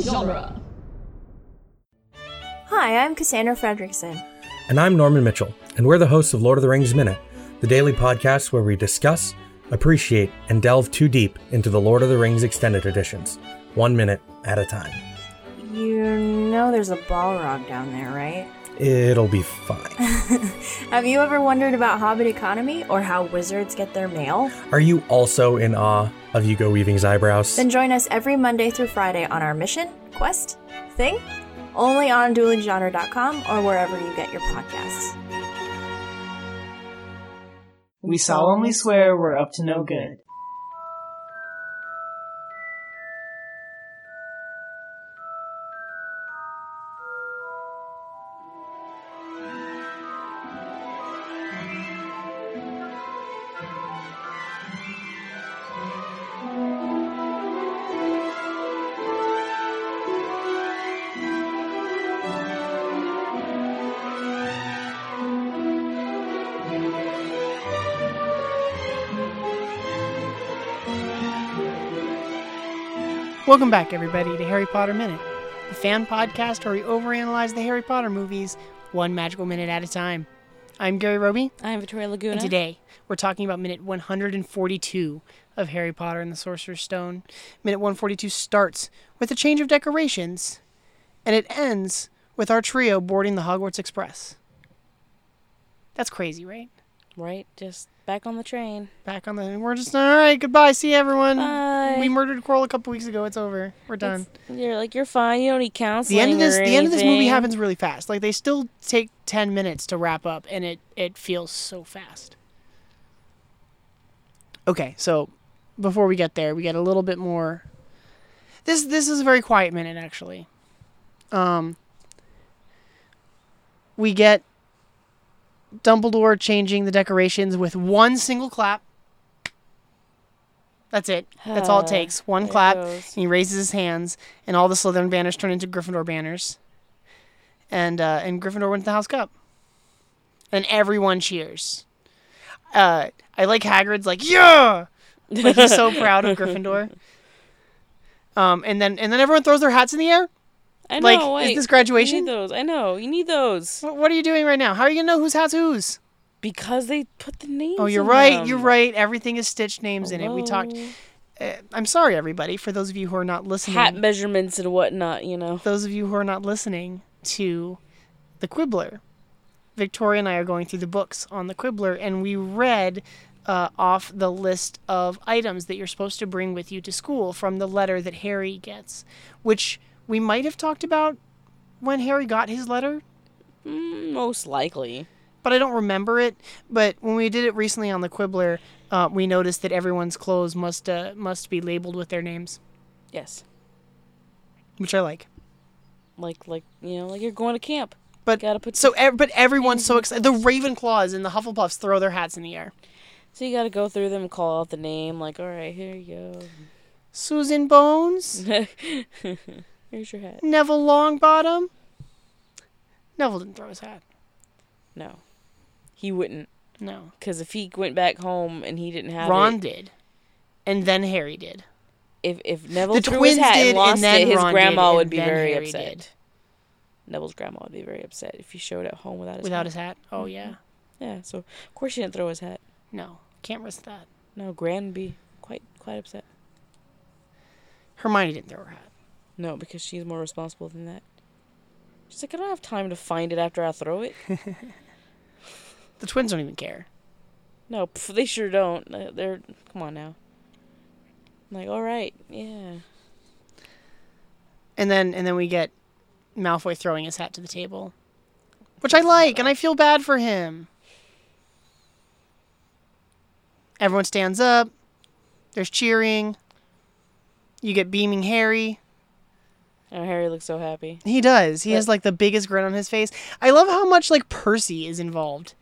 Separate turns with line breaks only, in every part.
genre.
Hi, I'm Cassandra Fredrickson.
And I'm Norman Mitchell, and we're the hosts of Lord of the Rings Minute, the daily podcast where we discuss, appreciate, and delve too deep into the Lord of the Rings extended editions, one minute at a time.
You know there's a Balrog down there, right?
It'll be fine.
Have you ever wondered about Hobbit economy or how wizards get their mail?
Are you also in awe of Hugo Weaving's eyebrows?
Then join us every Monday through Friday on our mission, quest, thing, only on duelinggenre.com or wherever you get your podcasts.
We solemnly swear we're up to no good.
Welcome back, everybody, to Harry Potter Minute, the fan podcast where we overanalyze the Harry Potter movies one magical minute at a time. I'm Gary Roby,
I'm Victoria Laguna.
and today we're talking about minute 142 of Harry Potter and the Sorcerer's Stone. Minute 142 starts with a change of decorations, and it ends with our trio boarding the Hogwarts Express. That's crazy, right?
right, just back on the train.
Back on the, and we're just all right. Goodbye, see you, everyone.
Bye.
We murdered Quirrell a couple weeks ago. It's over. We're done.
You're like you're fine. You don't need counseling.
the end of this
or
the end of this movie
anything.
happens really fast like they still take 10 minutes to wrap up and it it feels so fast okay so before we get there we get a little bit more this this is a very quiet minute actually um we get dumbledore changing the decorations with one single clap that's it. That's all it
Ah,
takes. One
there it
clap.
goes.
And he raises his hands, and all the Slytherin banners turn into Gryffindor banners. And uh, and Gryffindor wins the House Cup. And everyone cheers. Uh, I like Hagrid's like yeah, like he's so proud of Gryffindor. Um, and then and then everyone throws their hats in the air.
I
like,
know,
is
wait,
this graduation?
You need those. I know. You need those
What, what are you doing right now? How are you gonna know whose hat's whose?
because they put the names.
Oh, you're
in
right.
them.
You're right. Everything is stitched names in it. We talked.
Hello?
Uh, I'm sorry, everybody, for those of you who are not listening.
hat measurements and whatnot. You know.
those of you who are not listening to the Quibbler, Victoria and I are going through the books on the Quibbler, and we read uh, off the list of items that you're supposed to bring with you to school from the letter that Harry gets, which we might have talked about when Harry got his letter,
Mm, most likely.
but I don't remember it. But when we did it recently on the Quibbler, uh, we noticed that everyone's clothes must uh, must be labeled with their names,
Yes.
which I like.
Like like you know like you're going to camp.
But
Gotta put
so, ev- but everyone's so excited. The Ravenclaws and the Hufflepuffs throw their hats in the air.
So you gotta go through them, call out the name. Like all right, here you
Susan Bones,
go. Here's your hat.
Neville Longbottom. Neville didn't throw his hat.
No, he wouldn't.
No,
Because if he went back home and he didn't have
Ron
it,
did, and then Harry did.
if if Neville
the
threw
twins
his hat
did,
and lost
and then
it, his
Ron
grandma
did,
would
and
be
then
very
Harry
upset.
did.
Neville's grandma would be very upset if he showed at home without his
without
hat.
his hat. Oh yeah,
Yeah, so of course she didn't throw his hat.
no, can't risk that.
No, Gran would be quite quite upset.
Hermione didn't throw her hat.
No, because she's more responsible than that. She's like, I don't have time to find it after I throw it.
The twins don't even care.
no, pff, they sure don't. Uh, They're come on now. I'm like, all right, yeah.
And then and then we get Malfoy throwing his hat to the table, which I like, and I feel bad for him. Everyone stands up. There's cheering. You get beaming Harry.
And Harry looks so happy.
He does. He has like the biggest grin on his face. I love how much like Percy is involved.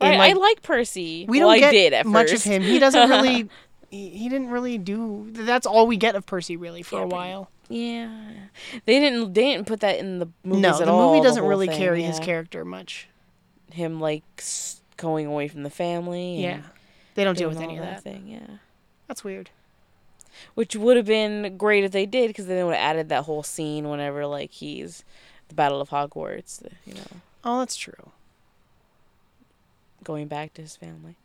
in,
Right,
like-
I like Percy.
we
Well,
don't
I
get
did at
much
first.
of him. He doesn't really. he, he didn't really do. That's all we get of Percy really for a
Yeah, pretty
while.
Yeah, they didn't. They didn't put that in the movies
No,
at
the
all,
movie doesn't
whole
really
thing,
carry his
yeah.
character much.
Him like s- going away from the family.
Yeah,
and
they don't deal
doing
with any
all
of that.
thing. Yeah,
That's weird.
which would have been great if they did, because then they would have added that whole scene whenever like he's at the Battle of Hogwarts, you know,
Oh, that's true.
going back to his family.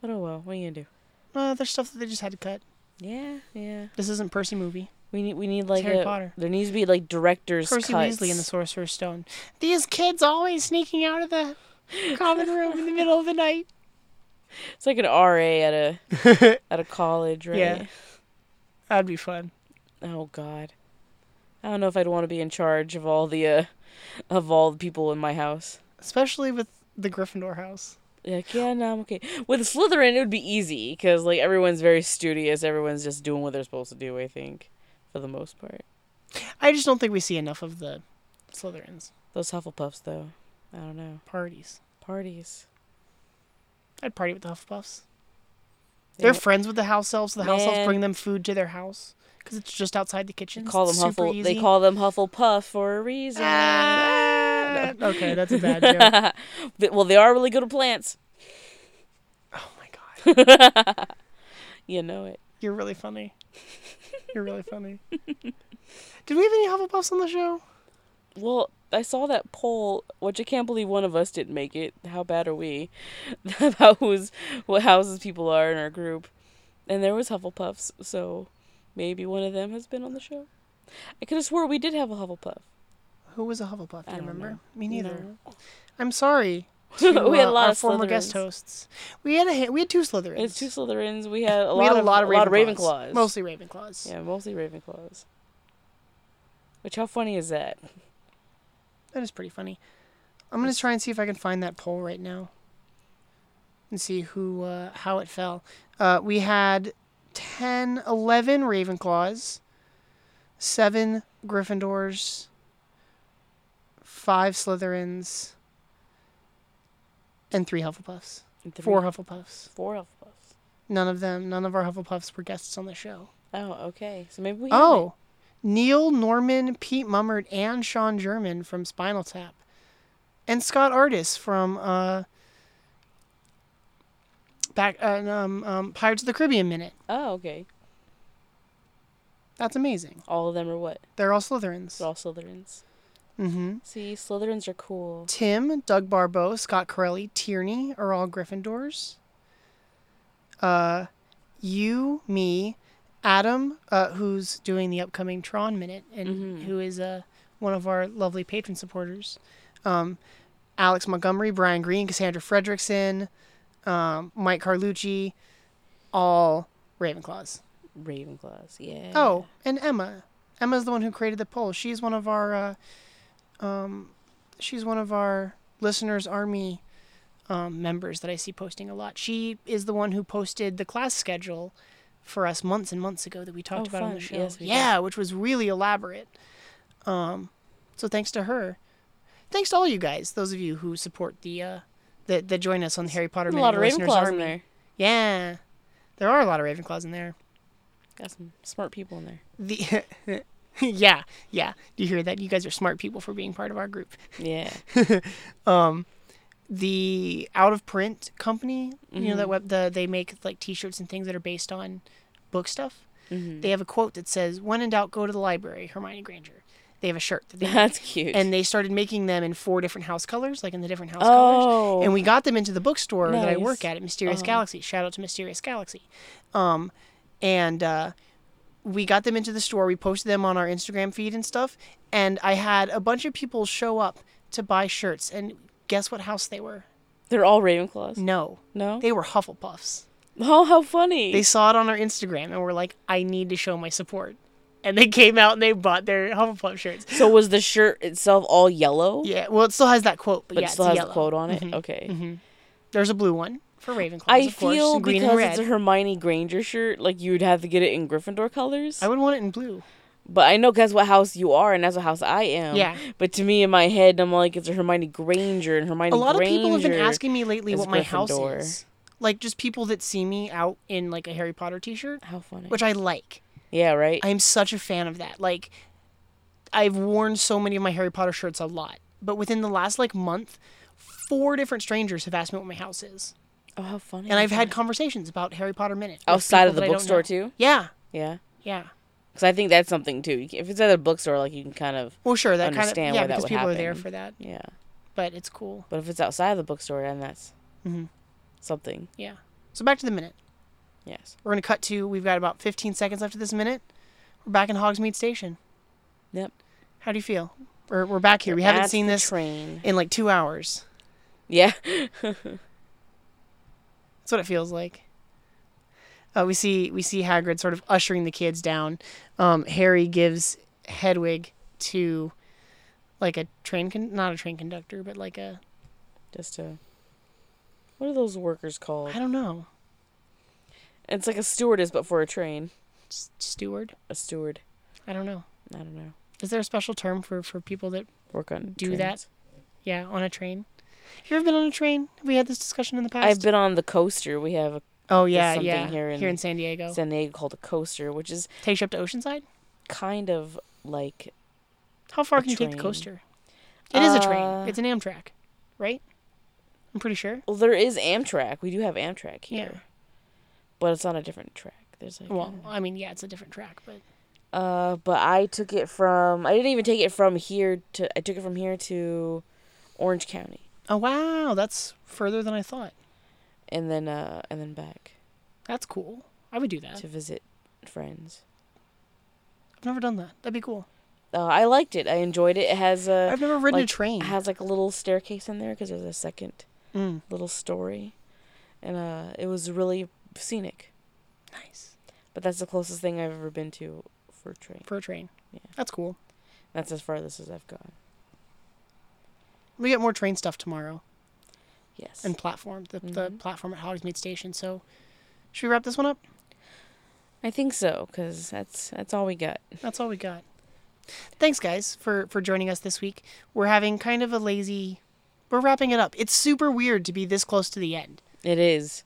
But oh well, what are you gonna do?
Uh, there's stuff that they just had to cut.
Yeah, yeah.
This isn't Percy movie.
We need we need like
Harry
a-
Potter.
There needs to be like directors
Percy
cuts.
Weasley and the Sorcerer's Stone. These kids always sneaking out of the common room in the middle of the night.
It's like an RA at a at a college, right?
Yeah. That'd be fun.
Oh God. I don't know if I'd want to be in charge of all the uh, of all the people in my house.
Especially with the Gryffindor house.
Like, yeah, no, I'm okay. With Slytherin, it would be easy because like everyone's very studious. Everyone's just doing what they're supposed to do. I think, for the most part.
I just don't think we see enough of the Slytherins
Those Hufflepuffs, though, I don't know.
parties.
Parties.
I'd party with the Hufflepuffs.
They
They're
don't-
friends with the house elves. The house elves
Man.
bring them food to their house because it's just outside the
They
kitchen.
call them
It's super
Huffle.
easy.
They call them Hufflepuff for a reason.
Ah! Okay, that's a bad joke.
Th- well, they are really good at plants.
oh my god,
You know it.
you're really funny. You're really funny. Did we have any Hufflepuffs on the show?
Well, I saw that poll, which I can't believe one of us didn't make it. How bad are we? About who's what houses people are in our group, and there was Hufflepuffs, so maybe one of them has been on the show. I could have swore we did have a Hufflepuff.
Who was a Hufflepuff? Do
I
you
don't
remember?
know.
Me neither.
No.
I'm sorry. to,
We had a
uh,
lot
our
of
former guest
Slytherins.
hosts. We had a ha- we had two Slytherins.
It's two Slytherins. We had a
we
lot
had a
of
lot of, Ravenclaws.
Ravenclaws.
Mostly Ravenclaws.
Yeah, mostly Ravenclaws. Which how funny is that?
That is pretty funny. I'm gonna try and see if I can find that poll right now. And see who uh, how it fell. Uh, we had 10, 11 Ravenclaws, seven Gryffindors, five Slytherins, and three Hufflepuffs.
Three-
Four Hufflepuffs.
four Hufflepuffs.
None of them, none of our Hufflepuffs were guests on the show.
Oh, okay. So maybe we. have
Oh, Neil Norman, Pete Mummert, and Sean German from Spinal Tap, and Scott Artis from uh, back uh, um, um, Pirates of the Caribbean Minute.
it. Oh, okay.
That's amazing.
All of them are what?
They're all Slytherins.
They're all Slytherins.
hmm
See, Slytherins are cool.
Tim, Doug Barbeau, Scott Corelli, Tierney are all Gryffindors. Uh, you, me, Adam, uh, who's doing the upcoming Tron Minute and who is uh, one of our lovely patron supporters. Um, Alex Montgomery, Brian Green, Cassandra Fredrickson, um, Mike Carlucci, all Ravenclaws.
Ravenclaws. Yeah.
Oh, and Emma. Emma's the one who created the poll. She's one of our, uh, um, she's one of our listeners army um, members that I see posting a lot. She is the one who posted the class schedule for us months and months ago that we talked
Oh,
about on the
fun.
show.
Yes, we did.
yeah, which was really elaborate. Um, so thanks to her. Thanks to all you guys, those of you who support the, uh, that, that join us on the Harry Potter
There's
Minute
a lot of
Listeners
Ravenclaws in
Army.
there.
Yeah, there are a lot of Ravenclaws in there.
Got some smart people in there.
The yeah, yeah. You hear that? You guys are smart people for being part of our group.
Yeah.
The out of print company, you know that web, the they make like T-shirts and things that are based on book stuff. They have a quote that says, "When in doubt, go to the library." Hermione Granger. They have a shirt that they
That's cute.
and they started making them in four different house colors, like in the different house
Oh.
colors. And we got them into the bookstore that I work
Nice. Uh-huh.
at at Mysterious Galaxy. Shout out to Mysterious Galaxy. Um, and uh, we got them into the store. We posted them on our Instagram feed and stuff. And I had a bunch of people show up to buy shirts. And guess what house they were?
They're all Ravenclaws.
No,
No.
they were Hufflepuffs.
oh, how funny.
They saw it on our Instagram and were like, "I need to show my support." And they came out and they bought their Hufflepuff shirts.
so was the shirt itself all yellow?
Yeah, well, it still has that quote, but,
But
yeah,
it still
it's
has
yellow.
a quote on it. Okay.
There's a blue one for Ravenclaw.
I
of course,
feel
and green
because
and red.
it's a Hermione Granger shirt, like you'd have to get it in Gryffindor colors.
I would want it in blue.
But I know that's what house you are, and that's what house I am.
Yeah.
But to me, in my head, I'm like, it's a Hermione Granger, and Hermione.
A lot
Granger
of people have been asking me lately
is
what my
Gryffindor.
house is. Like just people that see me out in like a Harry Potter T-shirt,
How funny.
which I like.
yeah, right.
I am such a fan of that. Like, I've worn so many of my Harry Potter shirts a lot, but within the last like month, four different strangers have asked me what my house is,
oh, how funny.
and I've had conversations about Harry Potter Minute with
Outside
people
of the
that I don't
bookstore,
know.
too?
Yeah,
Yeah.
Yeah.
Because I think that's something too. You can- If it's at a bookstore, like you can kind of
Well, sure. That kind of
Understand
yeah,
why that
because
would
people are there
happen.
for that.
yeah.
But it's cool.
But if it's outside of the bookstore, then that's Mm-hmm.
Mhm.
something.
Yeah. So back to the minute.
Yes.
We're gonna cut to. We've got about 15 seconds left of this minute. We're back in Hogsmeade Station.
Yep.
How do you feel? We're we're back here. We haven't
That's
seen
the
this
train.
in like two hours.
Yeah.
That's what it feels like. Uh, we see we see Hagrid sort of ushering the kids down. Um, Harry gives Hedwig to like a train con- not a train conductor, but like a
Just a. What are those workers called?
I don't know
It's like a stewardess, but for a train.
s- steward.
A steward.
I don't know.
I don't know.
Is there a special term for for people that
Work on.
do
trains.
that? Yeah, on a train. Have you ever been on a train? Have we had this discussion in the past.
I've been on the coaster. We have a
oh yeah,
something
yeah. Here
here
in,
in
San Diego,
San Diego called a coaster, which is
takes you up to Oceanside.
kind of like
How far
A
can you take the
train.
coaster? It is a
Uh,
train. It's an Amtrak, right? I'm pretty sure.
Well, there is Amtrak. We do have Amtrak here,
Yeah.
but it's on a different track. There's like,
Well, I mean, yeah, it's a different track, but
uh, but I took it from. I didn't even take it from here to. I took it from here to Orange County,
oh wow, that's further than I thought.
and then uh, and then back
That's cool. I would do that.
to visit friends.
I've never done that. That'd be cool.
Uh, I liked it. I enjoyed it. It has a.
I've never ridden a
like,
train.
It has like a little staircase in there because there's a second
Mm.
little story, and uh, it was really scenic.
Nice
But that's the closest thing I've ever been to for a train.
for a train.
Yeah.
That's cool.
That's as farthest as I've gone.
We get more train stuff tomorrow
Yes.
and platform the, the platform at Hogsmeade Station. So should we wrap this one up?
I think so, because that's that's all we got.
That's all we got. Thanks guys for for joining us this week. We're having kind of a lazy. We're wrapping it up. It's super weird to be this close to the end.
It is.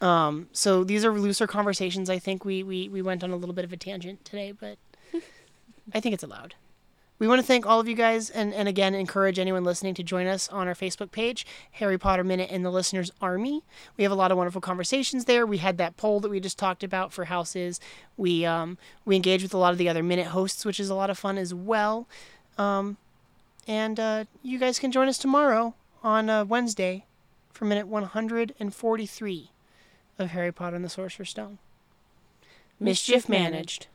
Um, so these are looser conversations. I think we, we, we went on a little bit of a tangent today, but I think it's allowed. We want to thank all of you guys and, and again encourage anyone listening to join us on our Facebook page, Harry Potter Minute and the Listener's Army. We have a lot of wonderful conversations there. We had that poll that we just talked about for houses. We um, we engage with a lot of the other minute hosts, which is a lot of fun as well. Um, and uh, you guys can join us tomorrow on uh, Wednesday for minute 143 of Harry Potter and the Sorcerer's Stone. Mischief managed.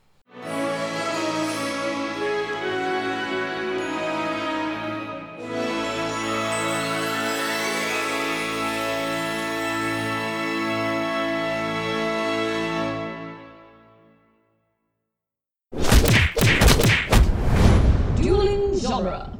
Dueling genre.